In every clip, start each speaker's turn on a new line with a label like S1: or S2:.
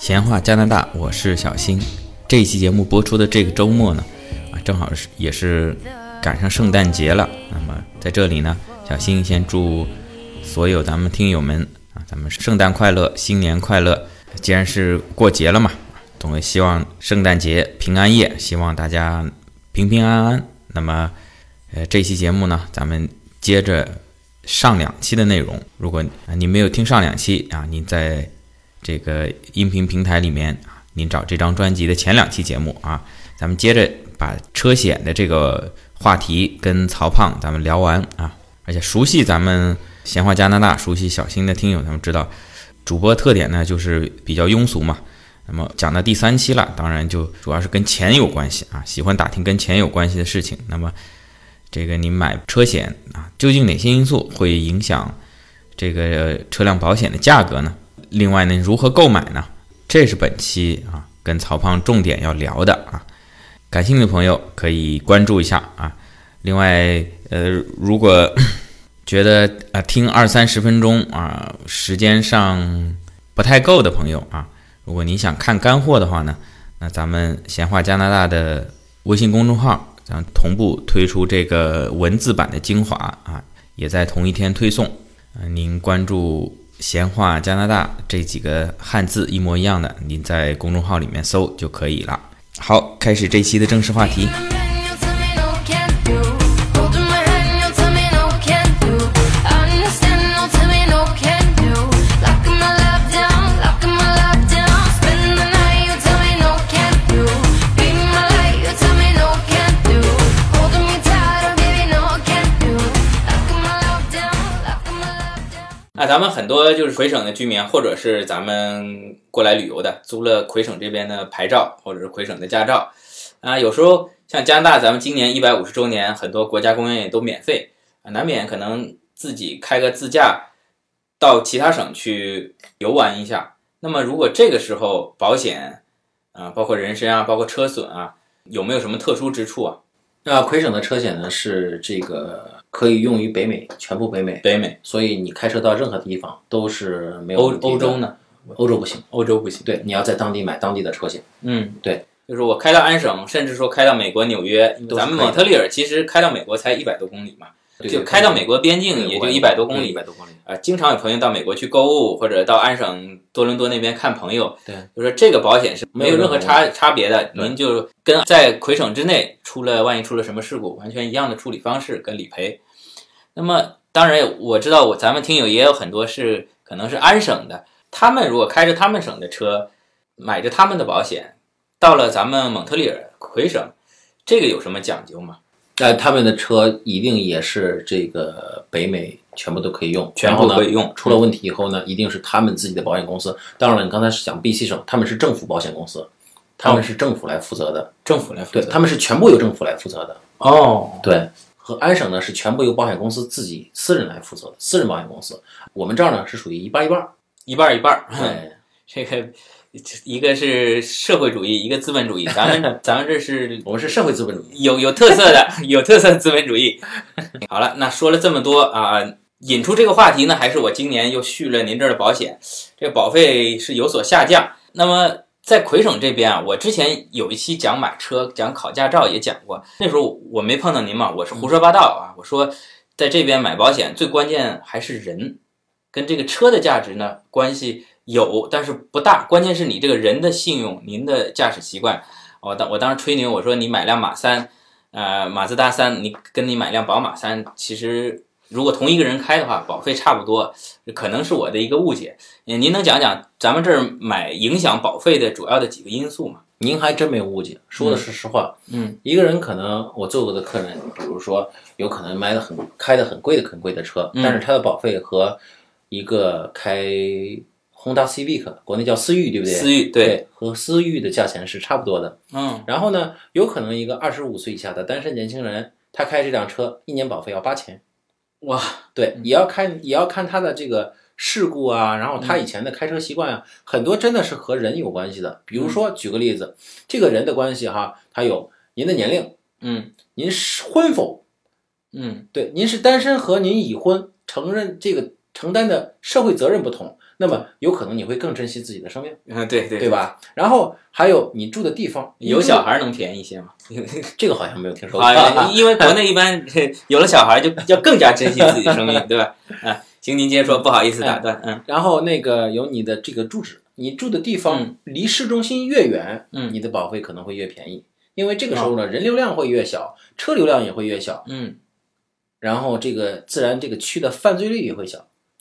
S1: 闲话加拿大，我是小新。这一期节目播出的这个周末呢，啊，正好是也是赶上圣诞节了。那么在这里呢，小新先祝所有咱们听友们啊，咱们圣诞快乐，新年快乐。既然是过节了嘛，总也希望圣诞节平安夜，希望大家平平安安。那么，呃，这期节目呢，咱们接着上两期的内容。如果啊你没有听上两期啊，您在这个音频平台里面啊，您找这张专辑的前两期节目啊，咱们接着把车险的这个话题跟曹胖咱们聊完啊。而且熟悉咱们闲话加拿大、熟悉小新的听友，他们知道主播特点呢就是比较庸俗嘛。那么讲到第三期了，当然就主要是跟钱有关系啊，喜欢打听跟钱有关系的事情。那么这个你买车险啊，究竟哪些因素会影响这个车辆保险的价格呢？另外呢，如何购买呢？这是本期啊跟曹胖重点要聊的啊，感兴趣的朋友可以关注一下啊。另外，呃，如果 觉得啊听二三十分钟啊时间上不太够的朋友啊，如果您想看干货的话呢，那咱们闲话加拿大的微信公众号，咱同步推出这个文字版的精华啊，也在同一天推送。呃您关注“闲话加拿大”这几个汉字一模一样的，您在公众号里面搜就可以了。好，开始这期的正式话题。那咱们很多就是魁省的居民，或者是咱们过来旅游的，租了魁省这边的牌照，或者是魁省的驾照，啊，有时候像加拿大，咱们今年一百五十周年，很多国家公园也都免费，啊，难免可能自己开个自驾到其他省去游玩一下。那么如果这个时候保险，啊，包括人身啊，包括车损啊，有没有什么特殊之处啊？
S2: 那魁省的车险呢是这个可以用于北美，全部北美，
S1: 北美、
S2: 所以你开车到任何地方都是没有
S1: 欧
S2: 问题的
S1: 欧洲，呢？
S2: 欧洲不行，
S1: 欧洲不行。
S2: 对，你要在当地买当地的车险，
S1: 嗯，
S2: 对，
S1: 就是我开到安省，甚至说开到美国纽约，
S2: 都是
S1: 咱们
S2: 可以的
S1: 蒙特利尔其实开到美国才一百多公里嘛，
S2: 对嗯
S1: 就开到美国边境也就一百多公
S2: 一
S1: 里。
S2: 百多公里，
S1: 啊，经常有朋友到美国去购物，或者到安省多伦多那边看朋友，
S2: 对，
S1: 就说这个保险是没有任何差差别的，
S2: 对
S1: 您就跟在魁省之内出了万一出了什么事故，完全一样的处理方式跟理赔。那么当然我知道我咱们听友也有很多是可能是安省的，他们如果开着他们省的车，买着他们的保险，到了咱们蒙特利尔魁省，这个有什么讲究吗？
S2: 但他们的车一定也是这个北美全部都可以用，
S1: 全
S2: 然
S1: 部
S2: 后呢
S1: 可以用，
S2: 出了问题以后呢，一定是他们自己的保险公司。当然了，你刚才是讲 BC 省，他们是政府保险公司，他们是政府来负责的，
S1: 政府哦来负
S2: 对，
S1: 责。
S2: 他们是全部由政府来负责的。
S1: 哦，
S2: 对，和安省呢是全部由保险公司自己私人来负责的，私人保险公司。我们这儿呢是属于一半一半儿。哎
S1: 一半儿一半儿。
S2: 对，
S1: 这个一个是社会主义，一个资本主义，咱 们咱们这是
S2: 我们是社会资本主义。
S1: 有有特色的， 有特色的资本主义。 好了，那说了这么多啊、引出这个话题呢，还是我今年又续了您这儿的保险，这个保费是有所下降。那么在魁省这边啊，我之前有一期讲买车、讲考驾照也讲过，那时候我没碰到您嘛，我是胡说八道啊，我说在这边买保险最关键还是人，跟这个车的价值呢关系。有，但是不大。关键是你这个人的信用，您的驾驶习惯。我当我当时吹牛，我说你买辆马三，呃，马自达三，你跟你买辆宝马三，其实如果同一个人开的话，保费差不多，可能是我的一个误解。呃您能讲讲咱们这儿买影响保费的主要的几个因素吗？
S2: 您还真没有误解，说的是实话。
S1: 嗯，
S2: 一个人可能我做过的客人，比如说有可能买的很开的很贵的很贵的车，
S1: 嗯
S2: 但是他的保费和一个开 Honda Civic，国内叫思域，对不对？
S1: 思域对，
S2: 对，和思域的价钱是差不多的。
S1: 嗯，
S2: 然后呢，有可能一个二十五岁以下的单身年轻人，他开这辆车一年保费要八千。
S1: 哇，
S2: 对，也要看也要看他的这个事故啊，然后他以前的开车习惯啊，很多真的是和人有关系的。比如说，举个例子，这个人的关系哈，还有您的年龄，
S1: 嗯
S2: 您是婚否？
S1: 嗯
S2: 对，您是单身和您已婚承认这个承担的社会责任不同，那么有可能你会更珍惜自己的生命，
S1: 嗯，对对
S2: 对，吧？然后还有你住的地方，
S1: 有小孩能便宜一些吗？
S2: 这个好像没有听说过。
S1: 啊，因为国内一般有了小孩就要更加珍惜自己的生命，对吧？啊，行，您接着说，不好意思打断，嗯
S2: 然后那个有你的这个住址，你住的地方离市中心越远，
S1: 嗯
S2: 你的保费可能会越便宜，因为这个时候呢，人流量会越小，车流量也会越小，
S1: 嗯，
S2: 然后这个自然这个区的犯罪率也会小。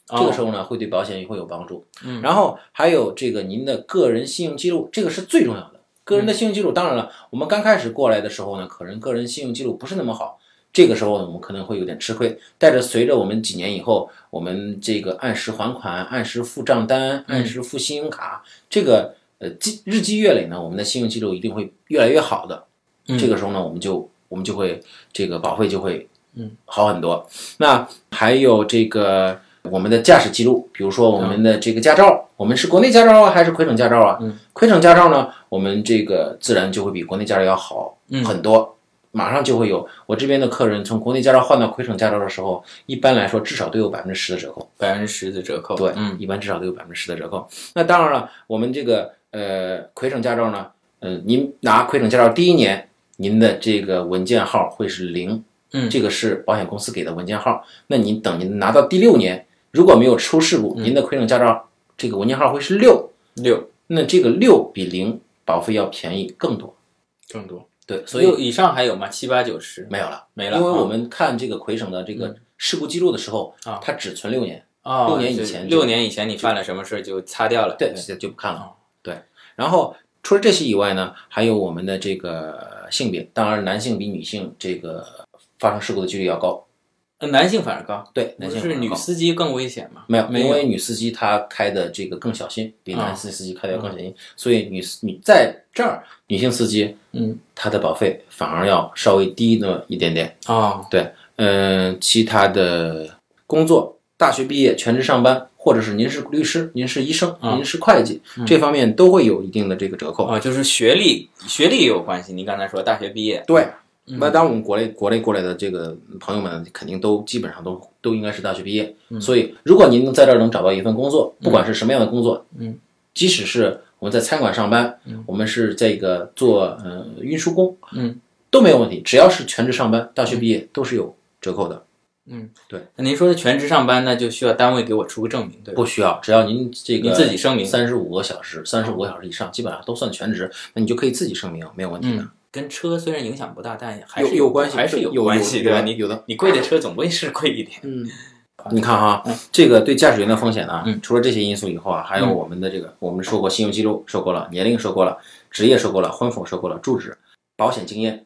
S1: 哦
S2: 这个时候呢，会对保险也会有帮助。
S1: 嗯
S2: 然后还有这个您的个人信用记录，这个是最重要的。个人的信用记录，当然了，我们刚开始过来的时候呢，可能个人信用记录不是那么好，这个时候呢，我们可能会有点吃亏。但是随着我们几年以后，我们这个按时还款、按时付账单、按时付信用卡，这个呃积日积月累呢，我们的信用记录一定会越来越好的。
S1: 嗯
S2: 这个时候呢，我们就我们就会这个保费就会
S1: 嗯
S2: 好很多。那还有这个我们的驾驶记录，比如说我们的这个驾照，我们是国内驾照啊，还是魁省驾照啊？
S1: 嗯
S2: 魁省驾照呢，我们这个自然就会比国内驾照要好
S1: 嗯
S2: 很多。马上就会有我这边的客人从国内驾照换到魁省驾照的时候，一般来说至少都有百分之十的折扣。
S1: 百分之十的折扣，
S2: 对，
S1: 嗯
S2: 一般至少都有百分之十的折扣。那当然了，我们这个呃魁省驾照呢，呃，您拿魁省驾照第一年，您的这个文件号会是零，
S1: 嗯
S2: 这个是保险公司给的文件号。那您等您拿到第六年，如果没有出事
S1: 嗯
S2: 故，您的魁省驾照这个文件号会是六，
S1: 六
S2: 那这个六比零保费要便宜更多。
S1: 更多，
S2: 对，
S1: 所
S2: 所
S1: 以
S2: 以
S1: 以上还有吗？七八九十
S2: 没有了，
S1: 没了，嗯
S2: 因为我们看这个魁省的这个事故记录的时候，
S1: 啊
S2: 它只存六年。
S1: 哦
S2: 六年以
S1: 就
S2: 前就
S1: 六年以前你犯了什么事儿就擦掉了，哦
S2: 对，就就不看了。对，然后除了这些以外呢，还有我们的这个性别，当然男性比女性这个发生事故的几率要高。
S1: 呃男性反而高，
S2: 对，男性
S1: 是
S2: 反而
S1: 女
S2: 高
S1: 司机更危险嘛？
S2: 没有，
S1: 没
S2: 因
S1: 有
S2: 为女司机她开的这个更小心，比
S1: 啊
S2: 男司司机开的要更小心，所以女司女在这儿女性司机
S1: 嗯，
S2: 她的保费反而要稍微低那么一点点。
S1: 哦，
S2: 嗯，其他的工作，大学毕业全职上班，或者是您是律师、您是医生、
S1: 啊
S2: 您是会计，这方面都会有一定的这个折扣。
S1: 哦，就是学历，学历也有关系。您刚才说大学毕业，
S2: 对，
S1: 嗯
S2: 那当然我们国内国内过来的这个朋友们，肯定都基本上都都应该是大学毕业。
S1: 嗯
S2: 所以，如果您能在这儿能找到一份工作，不管是什么样的工作，
S1: 嗯，
S2: 即使是我们在餐馆上班，我们是这个做呃运输工，
S1: 嗯，
S2: 都没有问题。只要是全职上班，大学毕业都是有折扣的，
S1: 那您说的全职上班，那就需要单位给我出个证明，对吧？
S2: 不需要。只要您这个
S1: 您自己声明
S2: 三十五个小时，三十五个小时以上，基本上都算全职，那你就可以自己声明，没有问题的。
S1: 嗯跟车虽然影响不大，但还
S2: 有
S1: 是
S2: 有关系
S1: 还是
S2: 有有
S1: 关系，对吧？
S2: 有的
S1: 你
S2: 有的
S1: 你贵的车总归是贵一点，
S2: 嗯，你看哈，这个对驾驶员的风险呢、
S1: 嗯
S2: 除了这些因素以后啊，还有我们的这个，我们说过信用记录说过了，年龄说过了，职业说过了，婚否说过了，住址，保险经验。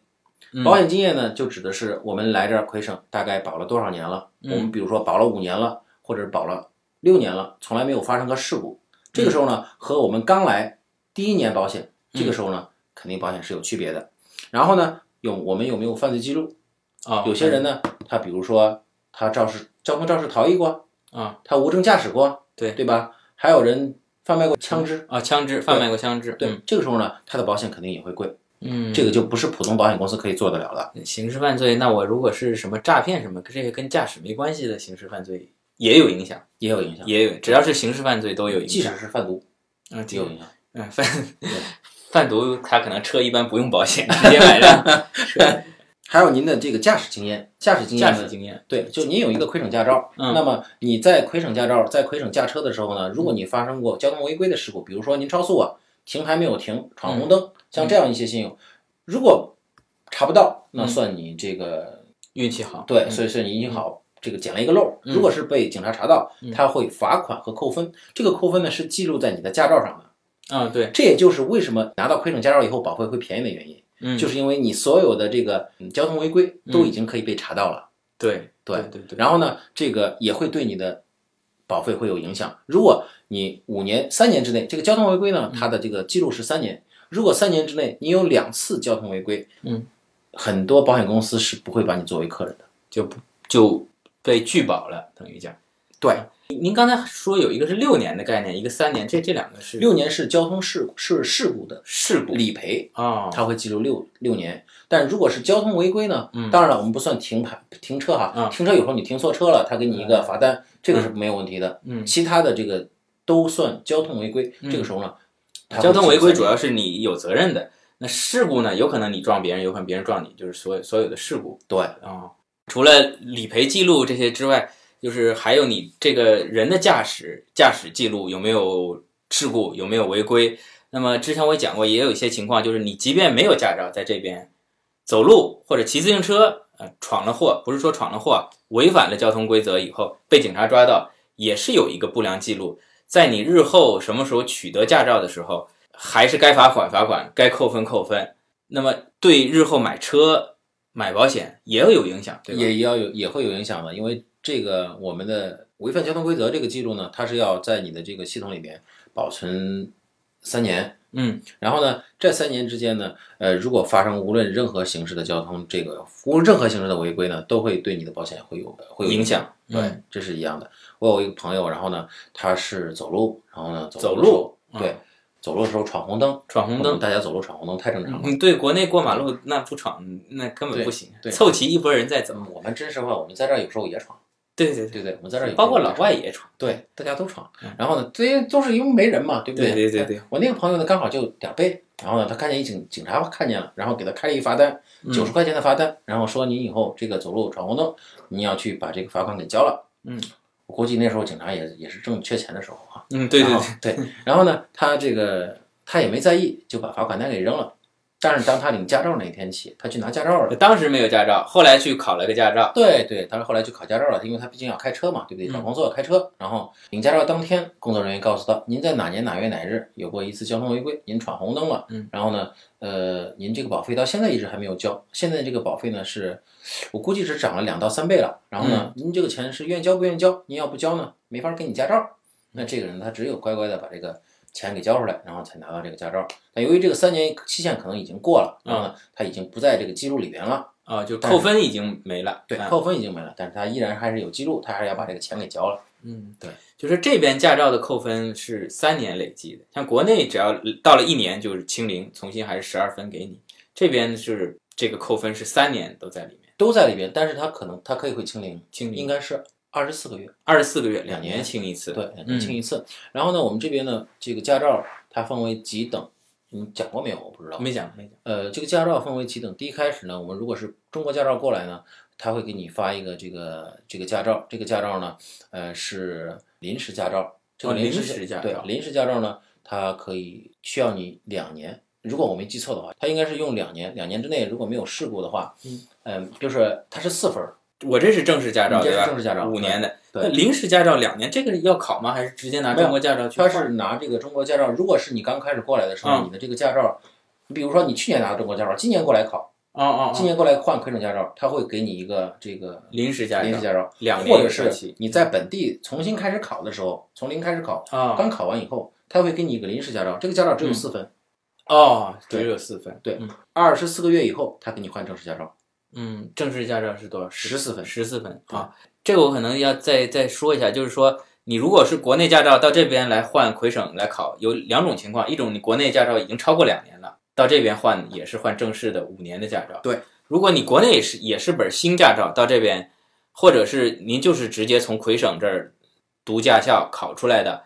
S1: 嗯
S2: 保险经验呢，就指的是我们来这儿魁省大概保了多少年了？
S1: 嗯
S2: 我们比如说保了五年了，或者保了六年了，从来没有发生过事故。
S1: 嗯
S2: 这个时候呢，和我们刚来第一年保险，这个时候呢，肯定保险是有区别的。然后呢，有我们有没有犯罪记录？
S1: 啊。
S2: 有些人呢，他比如说他肇事交通肇事逃逸过
S1: 啊，
S2: 他无证驾驶过，
S1: 对
S2: 对吧？还有人贩卖过枪支，
S1: 啊，枪支贩卖过枪支，
S2: 对，
S1: 嗯
S2: 这个时候呢，他的保险肯定也会贵，
S1: 嗯，
S2: 这个就不是普通保险公司可以做得了的。
S1: 刑事犯罪，那我如果是什么诈骗什么，这些跟驾驶没关系的刑事犯罪也有影响，
S2: 也有影响，
S1: 也有，只要是刑事犯罪都有影
S2: 即
S1: 响。
S2: 使是贩毒
S1: 嗯，
S2: 也有影响。
S1: 嗯，贩贩毒，他可能车一般不用保险，直接买辆
S2: 还有您的这个驾驶经验，驾驶 经
S1: 驾
S2: 验
S1: 驶
S2: 呢？
S1: 经验。
S2: 对，就您有一个魁省驾照，
S1: 嗯
S2: 那么你在魁省驾照在魁省驾车的时候呢，如果你发生过交通违规的事故，比如说您超速啊，停还没有停，闯
S1: 嗯
S2: 红灯，像这样一些信用，如果查不到，那算你这个
S1: 运气好，
S2: 对，
S1: 嗯嗯
S2: 所以所以你你好，这个捡了一个漏儿。如果是被警察查到，他会罚款和扣分。这个扣分呢是记录在你的驾照上的，
S1: 嗯，对，
S2: 这也就是为什么拿到亏损驾照以后保费会便宜的原因，
S1: 嗯，
S2: 就是因为你所有的这个嗯交通违规都已经可以被查到了。
S1: 对，
S2: 对
S1: 对对，
S2: 然后呢，这个也会对你的保费会有影响。如果你五年、三年之内，这个交通违规呢，
S1: 嗯
S2: 它的这个记录是三年。如果三年之内你有两次交通违规，
S1: 嗯，
S2: 很多保险公司是不会把你作为客人的。
S1: 就不就被拒保了，等于讲。嗯
S2: 对，
S1: 您刚才说有一个是六年的概念，一个三年，这这两个是
S2: 六年是交通事故是事故的
S1: 事故
S2: 理赔，
S1: 啊，
S2: 它会记录六六年。但如果是交通违规呢？当然了，我们不算停牌停车哈，
S1: 嗯
S2: 停车有时候你停错车了，他给你一个罚单，这个是没有问题的。
S1: 嗯
S2: 其他的这个都算交通违规。
S1: 嗯
S2: 这个时候呢，它会
S1: 交通违规
S2: 减
S1: 主
S2: 三
S1: 要是你有责任的，那事故呢，有可能你撞别人，有可能别人撞你，就是所有所有的事故。
S2: 对，
S1: 哦，除了理赔记录这些之外，就是还有你这个人的驾驶驾驶记录有没有事故，有没有违规。那么之前我也讲过，也有一些情况，就是你即便没有驾照，在这边走路或者骑自行车，呃，闯了祸，不是说闯了祸啊，违反了交通规则以后被警察抓到，也是有一个不良记录。在你日后什么时候取得驾照的时候，还是该罚款罚款，该扣分扣分。那么对日后买车买保险也有影响，对吧？
S2: 也要有也会有影响嘛，因为这个我们的违反交通规则这个记录呢，它是要在你的这个系统里面保存三年。
S1: 嗯，
S2: 然后呢，这三年之间呢，呃，如果发生无论任何形式的交通这个无论任何形式的违规呢，都会对你的保险会有会有
S1: 影
S2: 响。
S1: 响。
S2: 对
S1: 嗯，
S2: 这是一样的。我有一个朋友，然后呢，他是走路，然后呢
S1: 走
S2: 的时候
S1: 路啊
S2: 对，走路的时候闯红灯，
S1: 闯红灯，
S2: 大家走路闯红灯太正常了。
S1: 嗯，对，国内过马路那不闯那根本不行
S2: 对，对
S1: 凑齐一拨人再走。
S2: 我们真实话，我们在这儿有时候也闯，
S1: 对对
S2: 对不对？我们在这儿
S1: 对，
S2: 有
S1: 包括
S2: 时候
S1: 老
S2: 也闯
S1: 外也闯。
S2: 对，大家都闯
S1: 嗯。
S2: 然后呢，这些都是因为没人嘛，对不
S1: 对
S2: 对哎
S1: 对对对，
S2: 我那个朋友呢，刚好就两倍，然后呢，他看见一警警察看见了，然后给他开了一罚单，
S1: 嗯
S2: 九十块钱的罚单，然后说你以后这个走路闯红灯，你要去把这个罚款给交了。
S1: 嗯，
S2: 我估计那时候警察也也是正缺钱的时候啊。
S1: 嗯，对对
S2: 然
S1: 对
S2: 后，对，然后呢，他这个他也没在意，就把罚款单给扔了。但是当他领驾照那一天起，他去拿驾照了。
S1: 当时没有驾照，后来去考了个驾照。
S2: 对对，他后来去考驾照了，因为他毕竟要开车嘛，对不对？找工作要开车，然后领驾照当天，工作人员告诉他，您在哪年哪月哪日有过一次交通违规，您闯红灯了，
S1: 嗯，
S2: 然后呢，呃，您这个保费到现在一直还没有交，现在这个保费呢是，我估计是涨了两到三倍了，然后呢，您这个钱是愿意交不愿意交，您要不交呢，没法给你驾照，那这个人他只有乖乖的把这个。钱给交出来，然后才拿到这个驾照。但由于这个三年期限可能已经过了，然后呢，他已经不在这个记录里边了。
S1: 啊，就
S2: 但是
S1: 扣分已经没了。
S2: 对，
S1: 啊
S2: 扣分已经没了，但是他依然还是有记录，他还是要把这个钱给交了。
S1: 嗯，
S2: 对，
S1: 就是这边驾照的扣分是三年累计的，像国内只要到了一年就是清零，重新还是十二分给你。这边是这个扣分是三年都在里面，
S2: 都在里边，但是他可能他可以会清零，
S1: 清零
S2: 应该是二十四个月，
S1: 二十四个月，两
S2: 两
S1: 年
S2: 年
S1: 清一次。
S2: 对，
S1: 嗯
S2: 清一次。然后呢，我们这边呢，这个驾照它分为几等，你讲过没有？我不知道。
S1: 没讲没讲。
S2: 呃，这个驾照分为几等。第一开始呢，我们如果是中国驾照过来呢，他会给你发一个这个这个驾照，这个驾照呢，呃，是临时驾照。这个
S1: 哦
S2: 临时,、
S1: 临时驾
S2: 对
S1: 照
S2: 临时驾照呢，它可以需要你两年。如果我没记错的话，它应该是用两年，两年之内如果没有事故的话，
S1: 嗯
S2: 嗯，就是它是四分儿，
S1: 我这是正式驾照，
S2: 你这
S1: 对
S2: 是
S1: 吧？
S2: 正式驾照
S1: 五年的。
S2: 对
S1: 那临时驾照两年，这个要考吗？还是直接拿中国驾照去
S2: 它
S1: 换？
S2: 是拿这个中国驾照。如果是你刚开始过来的时候，
S1: 嗯
S2: 你的这个驾照，你比如说你去年拿的中国驾照，今年过来考，
S1: 哦哦哦，
S2: 今年过来换魁省驾照，它会给你一个这个
S1: 临时驾
S2: 临时
S1: 照，
S2: 驾照，
S1: 两年
S2: 或者
S1: 上起
S2: 是你在本地重新开始考的时候，从零开始考，
S1: 哦
S2: 刚考完以后，他会给你一个临时驾照，这个驾照只
S1: 嗯
S2: 有四分，
S1: 哦，
S2: 对
S1: 只有四分。
S2: 对
S1: 嗯
S2: 二十四个月以后他给你换正式驾照，
S1: 嗯，正式驾照是多少？
S2: 14分
S1: 十四分啊。这个我可能要再再说一下，就是说，你如果是国内驾照到这边来换魁省来考，有两种情况：一种你国内驾照已经超过两年了，到这边换也是换正式的五年的驾照；
S2: 对，
S1: 如果你国内也是也是本新驾照到这边，或者是您就是直接从魁省这儿读驾校考出来的，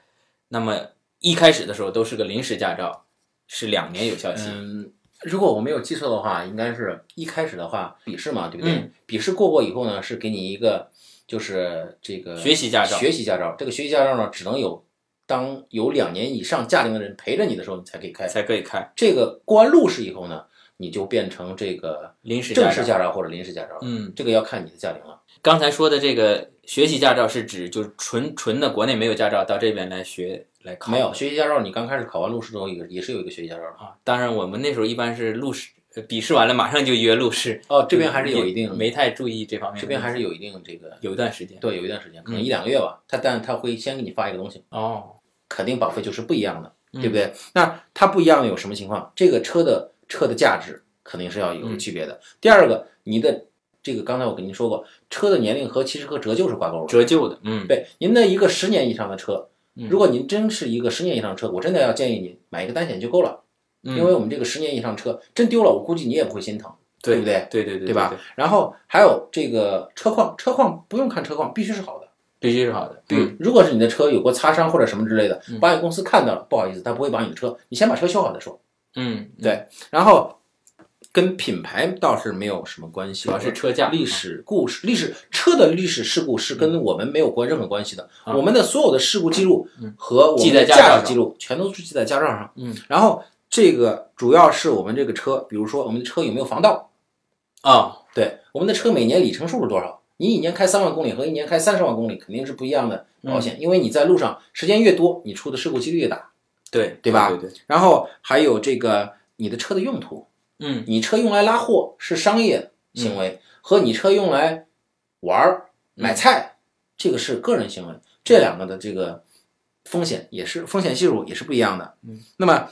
S1: 那么一开始的时候都是个临时驾照，是两年有效期。
S2: 嗯。如果我没有记错的话，应该是一开始的话笔试嘛，对不对？
S1: 嗯
S2: 笔试过过以后呢，是给你一个就是这个
S1: 学习驾照
S2: 学习驾照。这个学习驾照呢，只能有当有两年以上驾龄的人陪着你的时候，你才可以开。
S1: 才可以开
S2: 这个过完路试以后呢，你就变成这个
S1: 临时驾
S2: 正
S1: 照
S2: 式。驾照或者临时驾照了。
S1: 嗯，
S2: 这个要看你的驾龄了。
S1: 刚才说的这个学习驾照是指就是纯纯的国内没有驾照到这边来学来考的
S2: 没有学习驾照，你刚开始考完路试之后，也也是有一个学习驾照的。
S1: 啊？当然我们那时候一般是路试呃笔试完了马上就约路试，
S2: 哦，这边还是有一定，
S1: 没太注意这方面的东西，
S2: 这边还是有一定这个，
S1: 有一段时间
S2: 对，有一段时间，
S1: 嗯
S2: 可能一两个月吧。他但他会先给你发一个东西，
S1: 哦，
S2: 肯定保费就是不一样的，
S1: 嗯
S2: 对不对？那它不一样有什么情况？这个车的车的价值肯定是要有
S1: 嗯
S2: 区别的。第二个，你的这个刚才我跟您说过，车的年龄和其实和折旧是挂钩的。
S1: 折旧的，嗯，
S2: 对，您的一个十年以上的车，
S1: 嗯
S2: 如果您真是一个十年以上的车，我真的要建议您买一个单险就够了，
S1: 嗯
S2: 因为我们这个十年以上车真丢了，我估计你也不会心疼。
S1: 对
S2: 对不对
S1: 对对对
S2: 对吧？然后还有这个车况，车况不用看车况，必须是好的。
S1: 必须是好的。
S2: 比如
S1: 嗯，
S2: 如果是你的车有过擦伤或者什么之类的
S1: 嗯，
S2: 保险公司看到了，不好意思，他不会保你的车，你先把车修好再说。
S1: 嗯，
S2: 对然后跟品牌倒是没有什么关系，
S1: 主要是车架
S2: 历史故事、历史车的历史事故是跟我们没有关任何关系的。
S1: 啊
S2: 我们的所有的事故记录
S1: 嗯
S2: 和我
S1: 记
S2: 们
S1: 在
S2: 的
S1: 驾照
S2: 驾驶
S1: 上
S2: 记录全都是记在驾照上。
S1: 嗯，
S2: 然后这个主要是我们这个车，比如说我们的车有没有防盗，
S1: 啊，
S2: 对，我们的车每年里程数是多少？你一年开三万公里和一年开三十万公里肯定是不一样的保险，
S1: 嗯
S2: 因为你在路上时间越多，你出的事故几率越大。
S1: 对
S2: 对吧
S1: 对对，
S2: 然后还有这个你的车的用途，
S1: 嗯
S2: 你车用来拉货是商业行为，和你车用来玩儿、
S1: 嗯
S2: 买菜，这个是个人行为，这两个的这个风险也是风险系数也是不一样的。
S1: 嗯，
S2: 那么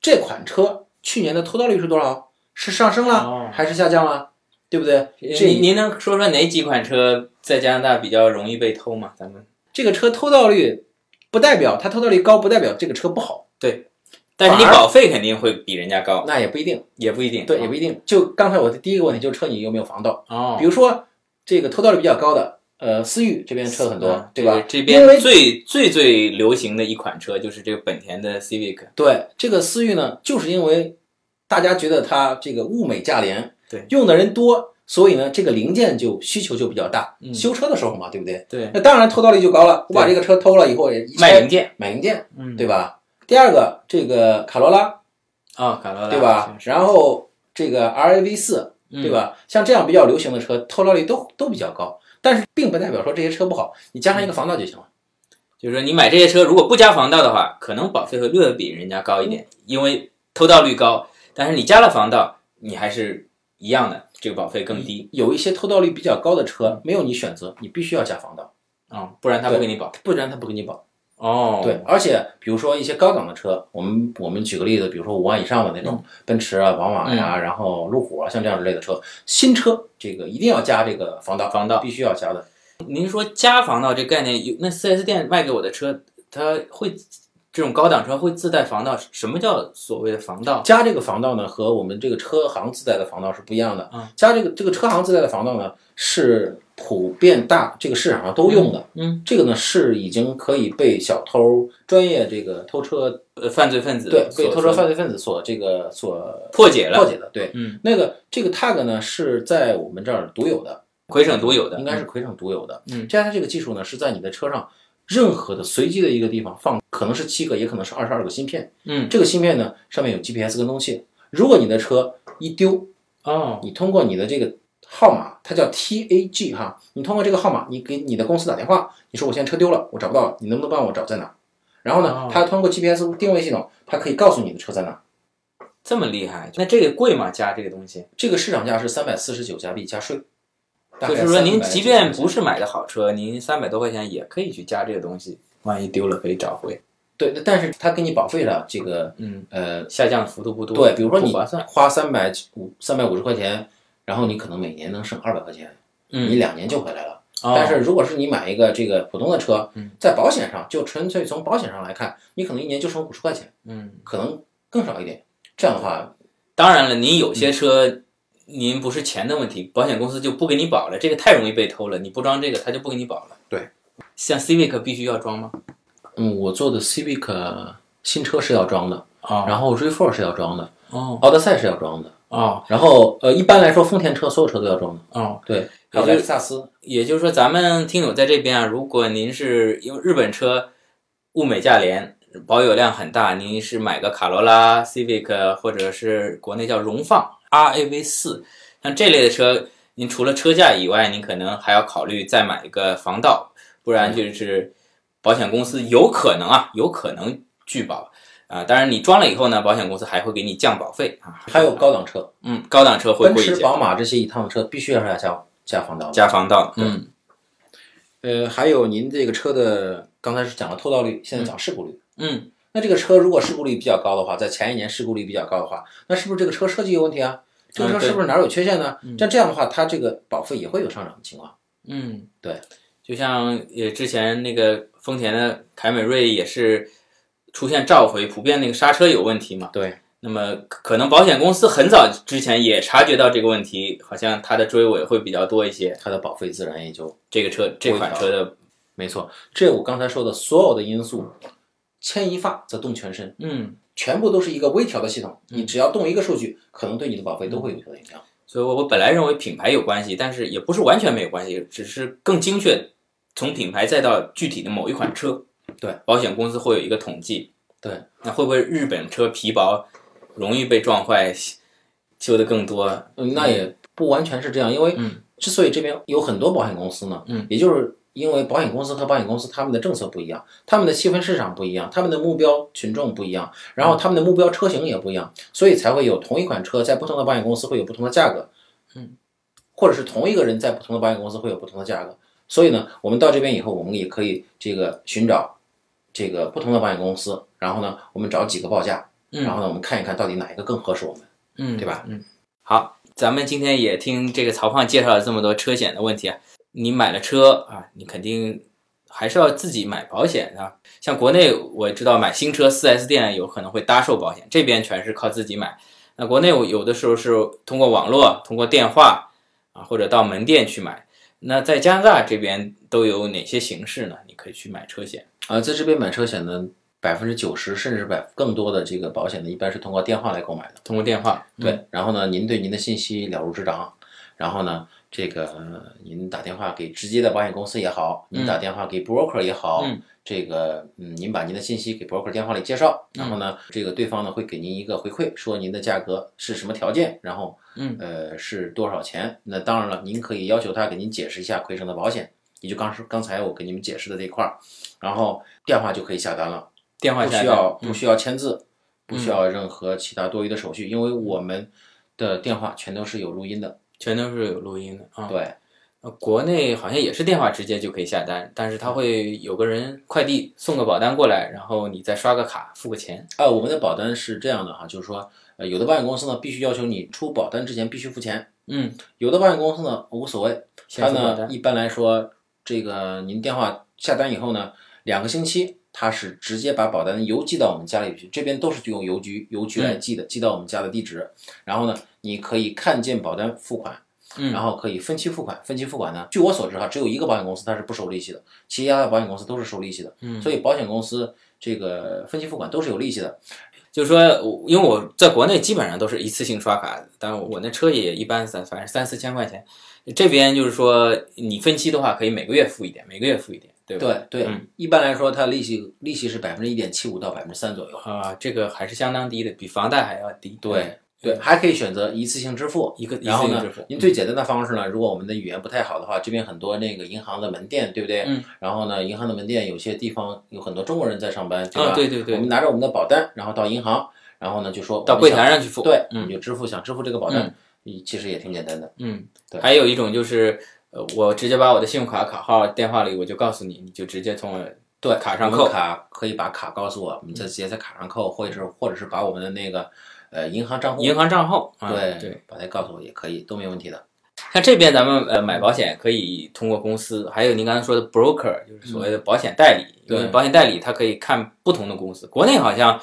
S2: 这款车去年的偷盗率是多少？是上升了、
S1: 哦
S2: 还是下降了？对不对？这
S1: 您您能说说哪几款车在加拿大比较容易被偷吗？咱们，
S2: 这个车偷盗率不代表它偷盗率高，不代表这个车不好，
S1: 但是你
S2: 反而
S1: 保费肯定会比人家高，
S2: 那也不一定。
S1: 也不一定。
S2: 对，也不一定。就刚才我的第一个问题就是车你有没有防盗？
S1: 哦，
S2: 比如说这个偷盗率比较高的，呃，思域这边车很多
S1: 啊，
S2: 对吧？
S1: 这
S2: 因
S1: 边
S2: 为
S1: 最最最流行的一款车就是这个本田的 Civic，
S2: 对这个思域呢，就是因为大家觉得它这个物美价廉，
S1: 对
S2: 用的人多，所以呢，这个零件就需求就比较大。
S1: 嗯
S2: 修车的时候嘛，对不对？
S1: 对，
S2: 那当然偷盗率就高了。我把
S1: 对
S2: 这个车偷了以后，也一
S1: 卖
S2: 拆
S1: 零件，
S2: 买零件，
S1: 嗯
S2: 对吧？第二个，这个卡罗拉，
S1: 啊，卡罗拉，
S2: 对吧？然后这个 RAV 四，
S1: 嗯
S2: 对？吧？像这样比较流行的车，偷盗率都都比较高，但是并不代表说这些车不好，你加上一个防盗就行了。
S1: 就是说你买这些车，如果不加防盗的话，可能保费会略比人家高一
S2: 嗯
S1: 点，因为偷盗率高。但是你加了防盗，你还是一样的，这个保费
S2: 嗯
S1: 更低
S2: 有一些偷盗率比较高的车，没有你选择，你必须要加防盗，
S1: 啊、不然他不
S2: 对
S1: 给你保。
S2: 不然他不给你保。
S1: 哦，
S2: 对，，而且比如说一些高档的车，我们我们举个例子，比如说五万以上的那
S1: 嗯
S2: 种奔驰啊、宝马呀、然后路虎啊，像这样之类的车，新车这个一定要加这个防盗，
S1: 防盗
S2: 必须要加的。
S1: 您说加防盗这概念，有那 4S 店卖给我的车，它会这种高档车会自带防盗？什么叫所谓的防盗？
S2: 加这个防盗呢，和我们这个车行自带的防盗是不一样的。
S1: 嗯
S2: 加这个这个车行自带的防盗呢，是普遍大这个市场上都用的。
S1: 嗯，
S2: 这个呢是已经可以被小偷、专业这个偷车
S1: 呃，犯罪分子
S2: 对
S1: 所
S2: 被偷车
S1: 所
S2: 犯罪分子所这个所
S1: 破解了，
S2: 破解的。对，
S1: 嗯，
S2: 那个这个 tag 呢是在我们这儿独有的，
S1: 魁省独有的，
S2: 应该是魁省独有的。
S1: 嗯
S2: 加它这个技术呢是在你的车上任何的随机的一个地方放，可能是七个，也可能是二十二个芯片。
S1: 嗯
S2: 这个芯片呢上面有 GPS 跟踪器，如果你的车一丢，
S1: 哦，
S2: 你通过你的这个号码，它叫 TAG 哈，你通过这个号码，你给你的公司打电话，你说我现在车丢了，我找不到了，你能不能帮我找在哪？然后
S1: 哦
S2: 呢，它通过 GPS 定位系统，它可以告诉你的车在哪。
S1: 这么厉害，那这个贵吗？加这个东西，
S2: 这个市场价是三百四十九加币加税，大
S1: 就
S2: 概
S1: 是说您
S2: 390
S1: 即便不是买的好车，您三百多块钱也可以去加这个东西，万一丢了可以找回。
S2: 对，但是它给你保费了这个
S1: 嗯，
S2: 呃，
S1: 下降幅度不多，
S2: 对，比如说
S1: 不
S2: 你
S1: 划算，
S2: 花三百五三百五十块钱，然后你可能每年能省二百块钱，你
S1: 嗯，
S2: 两年就回来了。
S1: 哦
S2: 但是如果是你买一个这个普通的车
S1: 嗯，
S2: 在保险上就纯粹从保险上来看，你可能一年就省五十块钱，
S1: 嗯，
S2: 可能更少一点。这样的话，
S1: 当然了，您有些车。您不是钱的问题，保险公司就不给你保了，这个太容易被偷了。你不装这个，他就不给你保了。
S2: 对，
S1: 像 Civic 必须要装吗？
S2: 嗯，我做的 Civic 呃新车是要装的，
S1: 哦
S2: 然后 RAV4 是要装的，
S1: 哦
S2: 奥德赛是要装的，
S1: 哦
S2: 然后呃，一般来说丰田车所有车都要装的，
S1: 哦，
S2: 对，还有
S1: 也就
S2: 雷
S1: 是
S2: 克萨斯，
S1: 也就是说，咱们听友在这边啊，如果您是因为日本车物美价廉，保有量很大，您是买个卡罗拉、Civic 或者是国内叫荣放 RAV 四，像这类的车，您除了车价以外，您可能还要考虑再买一个防盗，不
S2: 嗯
S1: 然就是保险公司有可能啊，有可能拒保啊。当然，你装了以后呢，保险公司还会给你降保费啊。
S2: 还有高档车，
S1: 嗯，高档车会
S2: 奔
S1: 贵一
S2: 驰、
S1: 些，
S2: 宝马这些一趟车必须要加加加防盗的。
S1: 加防盗。嗯，
S2: 呃，还有您这个车的，刚才是讲了偷盗率，现在讲事故率。
S1: 嗯，
S2: 那这个车如果事故率比较高的话，在前一年事故率比较高的话，那是不是这个车设计有问题啊？这个
S1: 嗯
S2: 车
S1: 对
S2: 是不是哪儿有缺陷呢？
S1: 嗯
S2: 像这样的话，它这个保费也会有上涨的情况。
S1: 嗯，
S2: 对，
S1: 就像也之前那个丰田的凯美瑞也是出现召回，普遍那个刹车有问题嘛。
S2: 对，
S1: 那么可可能保险公司很早之前也察觉到这个问题，好像它的追尾会比较多一些。
S2: 它的保费自然也就
S1: 这个车这款车的
S2: 没错，这我刚才说的所有的因素，牵一发则动全身，
S1: 嗯，
S2: 全部都是一个微调的系统。
S1: 嗯
S2: 你只要动一个数据，可能对你的保费都会有所影响。
S1: 所以我我本来认为品牌有关系，但是也不是完全没有关系，只是更精确，从品牌再到具体的某一款车，
S2: 对，
S1: 保险公司会有一个统计，
S2: 对，
S1: 那会不会日本车皮薄容易被撞坏，修的更多？
S2: 嗯，那也不完全是这样，因为
S1: 嗯
S2: 之所以这边有很多保险公司呢，
S1: 嗯，
S2: 也就是因为保险公司和保险公司他们的政策不一样，他们的细分市场不一样，他们的目标群众不一样，然
S1: 嗯
S2: 后他们的目标车型也不一样，所以才会有同一款车在不同的保险公司会有不同的价格，
S1: 嗯，
S2: 或者是同一个人在不同的保险公司会有不同的价格。所以呢，我们到这边以后，我们也可以这个寻找这个不同的保险公司，然后呢，我们找几个报价，
S1: 嗯
S2: 然后呢，我们看一看到底哪一个更合适我们。
S1: 嗯，
S2: 对吧？
S1: 嗯，好，咱们今天也听这个曹胖介绍了这么多车险的问题啊。你买了车啊，你肯定还是要自己买保险的。像国内我知道买新车 4S 店有可能会搭售保险，这边全是靠自己买。那国内我有的时候是通过网络、通过电话啊，或者到门店去买。那在加拿大这边都有哪些形式呢？你可以去买车险。
S2: 啊，在这边买车险呢，百分之九十甚至百更多的这个保险呢，一般是通过电话来购买的。
S1: 通过电话，
S2: 对，然后呢，您对您的信息了如指掌，然后呢，这个呃您打电话给直接的保险公司也好，您打电话给 broker 也好，
S1: 嗯
S2: 这个嗯，您把您的信息给 broker 电话里介绍，
S1: 嗯
S2: 然后呢，这个对方呢会给您一个回馈，说您的价格是什么条件，然后
S1: 嗯
S2: 呃是多少钱？那当然了，您可以要求他给您解释一下亏损的保险，也就刚是刚才我给你们解释的这一块儿，然后电话就可以下单了。
S1: 电话
S2: 不
S1: 下单
S2: 需要
S1: 嗯
S2: 不需要签字，不需要任何其他多余的手续，因为我们的电话全都是有录音的。
S1: 全都是有录音的啊。
S2: 对，
S1: 呃，国内好像也是电话直接就可以下单，但是他会有个人快递送个保单过来，然后你再刷个卡付个钱。
S2: 啊，我们的保单是这样的哈，就是说，呃，有的保险公司呢必须要求你出保单之前必须付钱，
S1: 嗯，
S2: 有的保险公司呢无所谓，
S1: 先
S2: 它
S1: 付保
S2: 呢
S1: 单。
S2: 一般来说，这个您电话下单以后呢，两个星期。它是直接把保单邮寄到我们家里去，这边都是用邮局邮局
S1: 嗯
S2: 来寄的，寄到我们家的地址。然后呢，你可以看见保单付款，
S1: 嗯，
S2: 然后可以分期付款。分期付款呢，据我所知哈，只有一个保险公司它是不收利息的，其他的保险公司都是收利息的。
S1: 嗯
S2: 所以保险公司这个分期付款都是有利息的。
S1: 就是说我，因为我在国内基本上都是一次性刷卡，但我那车也一般三，反正三四千块钱。这边就是说，你分期的话可以每个月付一点，每个月付一点，对吧？
S2: 对对，
S1: 嗯
S2: 一般来说，它利息利息是百分之一点七五到百分之三左右。
S1: 啊、这个还是相当低的，比房贷还要低。哎
S2: 对，对，哎还可以选择一次性支付。
S1: 一个一
S2: 然
S1: 次
S2: 后
S1: 性
S2: 呢
S1: 支付，。
S2: 您最简单的方式呢，如果我们的语言不太好的话，这边很多那个银行的门店，对不对？
S1: 嗯。
S2: 然后呢，银行的门店有些地方有很多中国人在上班，对吧？
S1: 啊，对对
S2: 我
S1: 对
S2: 们，拿着我们的保单，然后到银行，然后呢就说
S1: 到
S2: 我们
S1: 柜
S2: 想
S1: 台上去付。
S2: 对，
S1: 嗯
S2: 你就支付想支付这个保单，你其实也挺简单的。
S1: 嗯，
S2: 对
S1: 还有一种就是，呃，我直接把我的信用卡卡号电话里我就告诉你，你就直接从我
S2: 对，
S1: 卡上
S2: 我们
S1: 扣
S2: 卡可以把卡告诉我，我们就直接在卡上扣，或者是或者是把我们的那个呃银行账户，
S1: 银行账号啊，
S2: 对
S1: 对。
S2: 把它告诉我也可以，都没问题的。
S1: 像这边咱们呃买保险可以通过公司，还有您刚才说的 broker，就是所谓的保险代理，
S2: 对
S1: 因为保险代理他可以看不同的公司。国内好像，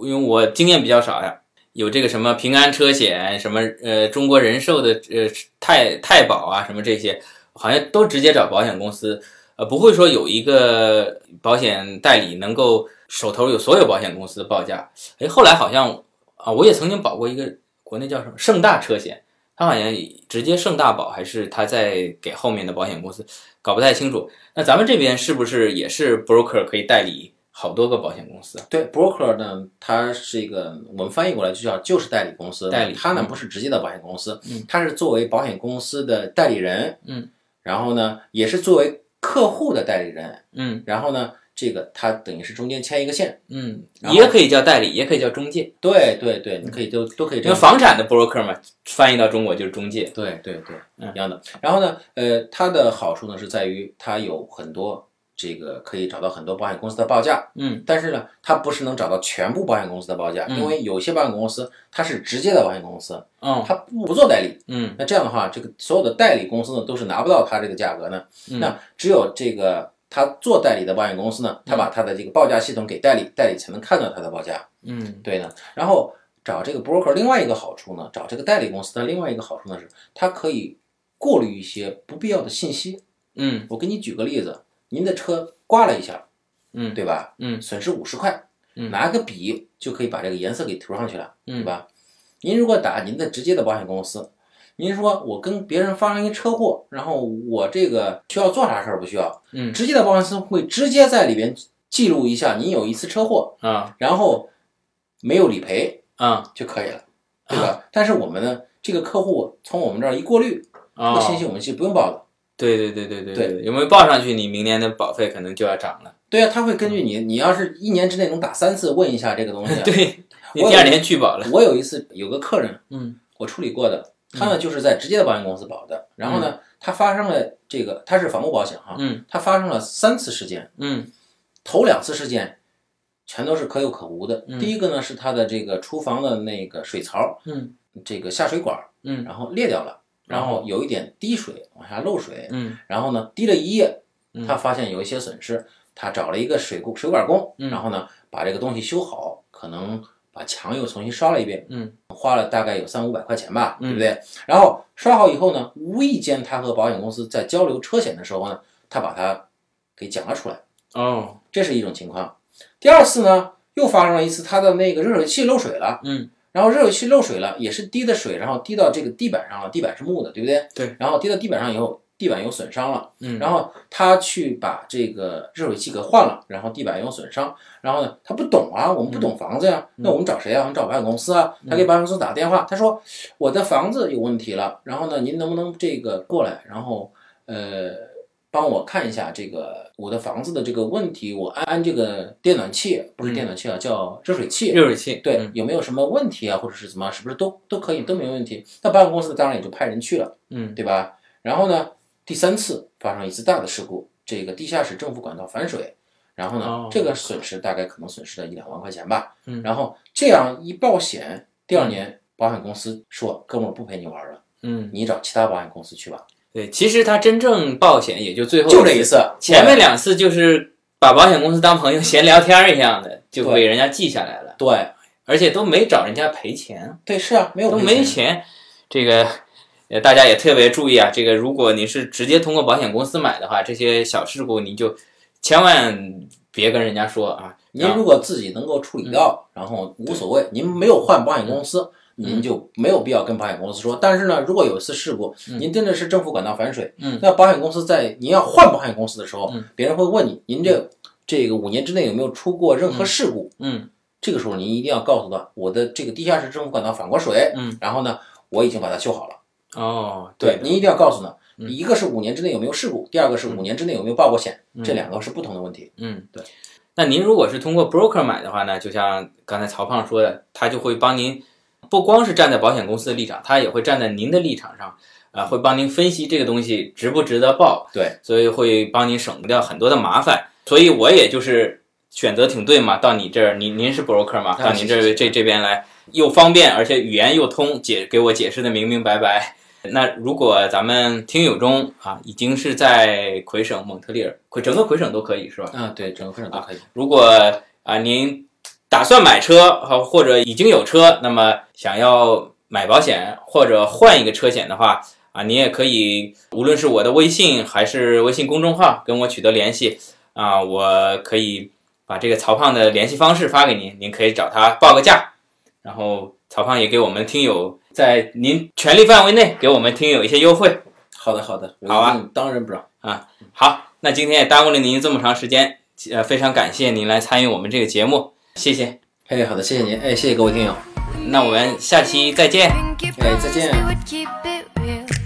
S1: 因为我经验比较少呀。有这个什么平安车险，什么呃中国人寿的呃太太保啊，什么这些，好像都直接找保险公司，呃不会说有一个保险代理能够手头有所有保险公司的报价。哎，后来好像啊，我也曾经保过一个国内叫什么盛大车险，他好像直接盛大保，还是他在给后面的保险公司，搞不太清楚。那咱们这边是不是也是 broker 可以代理好多个保险公司啊？
S2: 对，broker 呢，它是一个我们翻译过来就叫就是代理公司，
S1: 代理
S2: 它呢
S1: 嗯
S2: 不是直接的保险公司
S1: 嗯，
S2: 它是作为保险公司的代理人，
S1: 嗯，
S2: 然后呢也是作为客户的代理人，
S1: 嗯
S2: 然后呢这个它等于是中间牵一个线。
S1: 嗯，
S2: 然后
S1: 也可以叫代理，也可以叫中介，
S2: 对对对，你可以都都可以这
S1: 因为
S2: 样
S1: 房产的 broker 嘛，翻译到中国就是中介。
S2: 对对对，
S1: 嗯
S2: 一样的。然后呢，呃，它的好处呢是在于它有很多这个可以找到很多保险公司的报价，
S1: 嗯
S2: 但是呢，它不是能找到全部保险公司的报价，
S1: 嗯
S2: 因为有些保险公司它是直接的保险公司，
S1: 哦
S2: 它不不做代理。
S1: 嗯
S2: 那这样的话，这个所有的代理公司呢都是拿不到它这个价格呢。
S1: 嗯
S2: 那只有这个它做代理的保险公司呢，它把它的这个报价系统给代理，代理才能看到它的报价。
S1: 嗯
S2: 对呢，然后找这个 broker 另外一个好处呢，找这个代理公司的另外一个好处呢是，它可以过滤一些不必要的信息。
S1: 嗯
S2: 我给你举个例子，您的车刮了一下，
S1: 嗯，
S2: 对吧？
S1: 嗯
S2: 损失五十块，
S1: 嗯
S2: 拿个笔就可以把这个颜色给涂上去了，
S1: 嗯
S2: 对吧？您如果打您的直接的保险公司，您说我跟别人发生一车祸，然后我这个需要做啥事儿不需要？
S1: 嗯
S2: 直接的保险公司会直接在里边记录一下您有一次车祸，
S1: 啊
S2: 然后没有理赔
S1: 啊
S2: 就可以了，对吧？但是我们呢，这个客户从我们这儿一过滤，这
S1: 啊
S2: 个！信息我们是不用报的。
S1: 对对对对对
S2: 对
S1: 对，有没有报上去？你明年的保费可能就要涨了。。
S2: 对啊，他会根据你，你要是一年之内能打三次，问一下这个东西
S1: 对，你
S2: 我
S1: 第二年拒保了。
S2: 我有一次有个客人，
S1: 嗯
S2: 我处理过的，他呢就是在直接的保险公司保的，然后呢，他发生了这个，他是房屋保险哈，
S1: 嗯
S2: 他发生了三次事件，
S1: 嗯
S2: 头两次事件全都是可有可无的。
S1: 嗯
S2: 第一个呢是他的这个厨房的那个水槽，
S1: 嗯
S2: 这个下水管儿，
S1: 嗯
S2: 然后裂掉了，然
S1: 哦
S2: 后有一点滴水往下漏水，
S1: 嗯
S2: 然后呢，滴了一夜
S1: 嗯，
S2: 他发现有一些损失，他找了一个水工水管工，
S1: 嗯
S2: 然后呢，把这个东西修好，可能把墙又重新刷了一遍，
S1: 嗯，
S2: 花了大概有三五百块钱吧，
S1: 嗯
S2: 对不对？然后刷好以后呢，无意间他和保险公司在交流车险的时候呢，他把它给讲了出来，
S1: 哦
S2: 这是一种情况。第二次呢，又发生了一次，他的那个热水器漏水了，
S1: 嗯
S2: 然后热水器漏水了，也是滴的水，然后滴到这个地板上了，地板是木的，对不对？
S1: 对。
S2: 然后滴到地板上以后，地板有损伤了，
S1: 嗯，
S2: 然后他去把这个热水器给换了，然后地板有损伤，然后呢，他不懂啊，我们不
S1: 嗯
S2: 懂房子呀、那我们找谁啊？我们找保险公司啊。他给保险公司打电话，他说我的房子有问题了，然后呢，您能不能这个过来，然后呃，帮我看一下这个我的房子的这个问题，我安这个电暖气不是电暖气啊，叫热水器，
S1: 嗯热水器
S2: 对，
S1: 嗯
S2: 有没有什么问题啊，或者是怎么，是不是都都可以，都没有问题。那保险公司当然也就派人去了，
S1: 嗯
S2: 对吧？然后呢，第三次发生一次大的事故，这个地下室政府管道反水，然后呢，
S1: 哦
S2: 这个损失大概可能损失了一两万块钱吧。
S1: 嗯
S2: 然后这样一报险，第二年保险公司说：“哥们儿不陪你玩了，
S1: 嗯
S2: 你找其他保险公司去吧。
S1: 对，其实他真正报险也就最”后
S2: 就这一
S1: 次，
S2: 次，
S1: 前面两次就是把保险公司当朋友 闲聊天儿一样的，就给人家记下来了，
S2: 对
S1: 而且都没找人家赔钱。
S2: 对是啊，没有
S1: 都
S2: 赔
S1: 没
S2: 钱
S1: 钱。这个呃，大家也特别注意啊。这个如果您是直接通过保险公司买的话，这些小事故您就千万别跟人家说啊。
S2: 您如果自己能够处理掉，然后无所谓，您没有换保险公司，您就没有必要跟保险公司说。但是呢，如果有一次事故，您真的是政府管道反水，
S1: 嗯
S2: 那保险公司在您要换保险公司的时候，
S1: 嗯
S2: 别人会问你，您这这个五年之内有没有出过任何事故？
S1: 嗯
S2: 这个时候您一定要告诉他，我的这个地下室政府管道反过水，
S1: 嗯，
S2: 然后呢，我已经把它修好了。
S1: 哦，
S2: 对，嗯您一定要告诉他，
S1: 嗯
S2: 一个是五年之内有没有事故，第二个是五年之内有没有报过险，
S1: 嗯
S2: 这两个是不同的问题。
S1: 嗯，
S2: 对。
S1: 那您如果是通过 broker 买的话呢，就像刚才曹胖说的，他就会帮您，不光是站在保险公司的立场，他也会站在您的立场上，啊、会帮您分析这个东西值不值得报，
S2: 对，
S1: 所以会帮您省掉很多的麻烦。所以我也就是选择挺对嘛，到你这儿，您您是 broker 嘛，
S2: 啊
S1: 到您这
S2: 是
S1: 儿
S2: 是
S1: 这这边来又方便，而且语言又通，解给我解释的明明白白。那如果咱们听友中啊，已经是在魁省蒙特利尔，魁整个魁省都可以是吧？
S2: 啊，对，整个非常都可以。
S1: 如果啊、您打算买车啊，或者已经有车，那么想要买保险或者换一个车险的话啊，您也可以，无论是我的微信还是微信公众号跟我取得联系啊，我可以把这个曹胖的联系方式发给您，您可以找他报个价，然后曹胖也给我们听友在您权利范围内给我们听友一些优惠。
S2: 好的，好的，我
S1: 好啊
S2: 一定当仁不让。
S1: 好，那今天也耽误了您这么长时间，呃，非常感谢您来参与我们这个节目，谢谢。
S2: 哎，好的，谢谢您，哎，谢谢各位听友。
S1: 那我们下期再见。
S2: 哎，再见。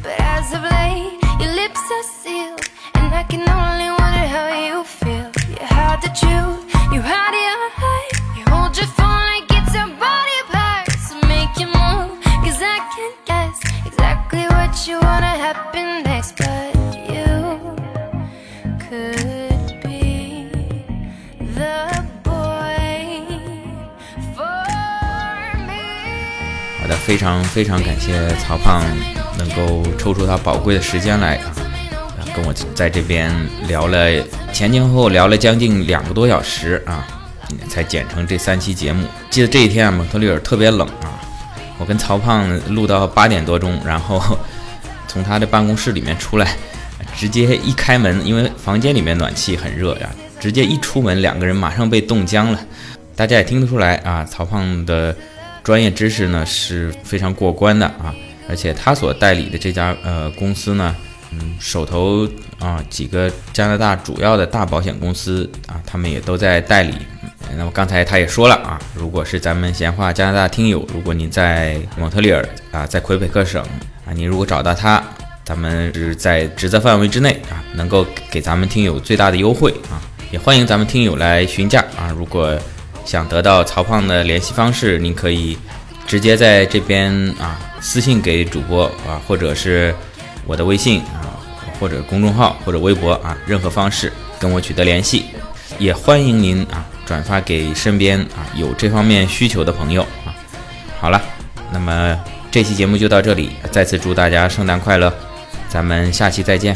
S3: But as of late, your lips are sealed, and I can only wonder how you feel. You had the truth, you had your heart. You hold your phone like it's your body part. So make your move, cause I can guess exactly what you wanna happen next. But you could be the boy for me.
S4: 好的，非常非常感谢曹胖能够抽出他宝贵的时间来啊，跟我在这边聊了前前后后聊了将近两个多小时啊，才剪成这三期节目。记得这一天啊，蒙特利尔特别冷啊，我跟 曹胖录到八点多钟，然后从他的办公室里面出来，直接一开门，因为房间里面暖气很热呀、直接一出门，两个人马上被冻僵了。大家也听得出来啊，曹胖的专业知识呢是非常过关的啊，而且他所代理的这家呃公司呢，嗯，手头啊几个加拿大主要的大保险公司啊，他们也都在代理。嗯那么刚才他也说了啊，如果是咱们闲话加拿大听友，如果您在蒙特利尔啊，在魁北克省啊，你如果找到他，咱们是在职责范围之内啊，能够给咱们听友最大的优惠啊，也欢迎咱们听友来询价啊。如果想得到曹胖的联系方式，您可以直接在这边啊私信给主播啊，或者是我的微信啊，或者公众号或者微博啊，任何方式跟我取得联系。也欢迎您啊转发给身边啊有这方面需求的朋友啊。好了，那么这期节目就到这里，再次祝大家圣诞快乐，咱们下期再见，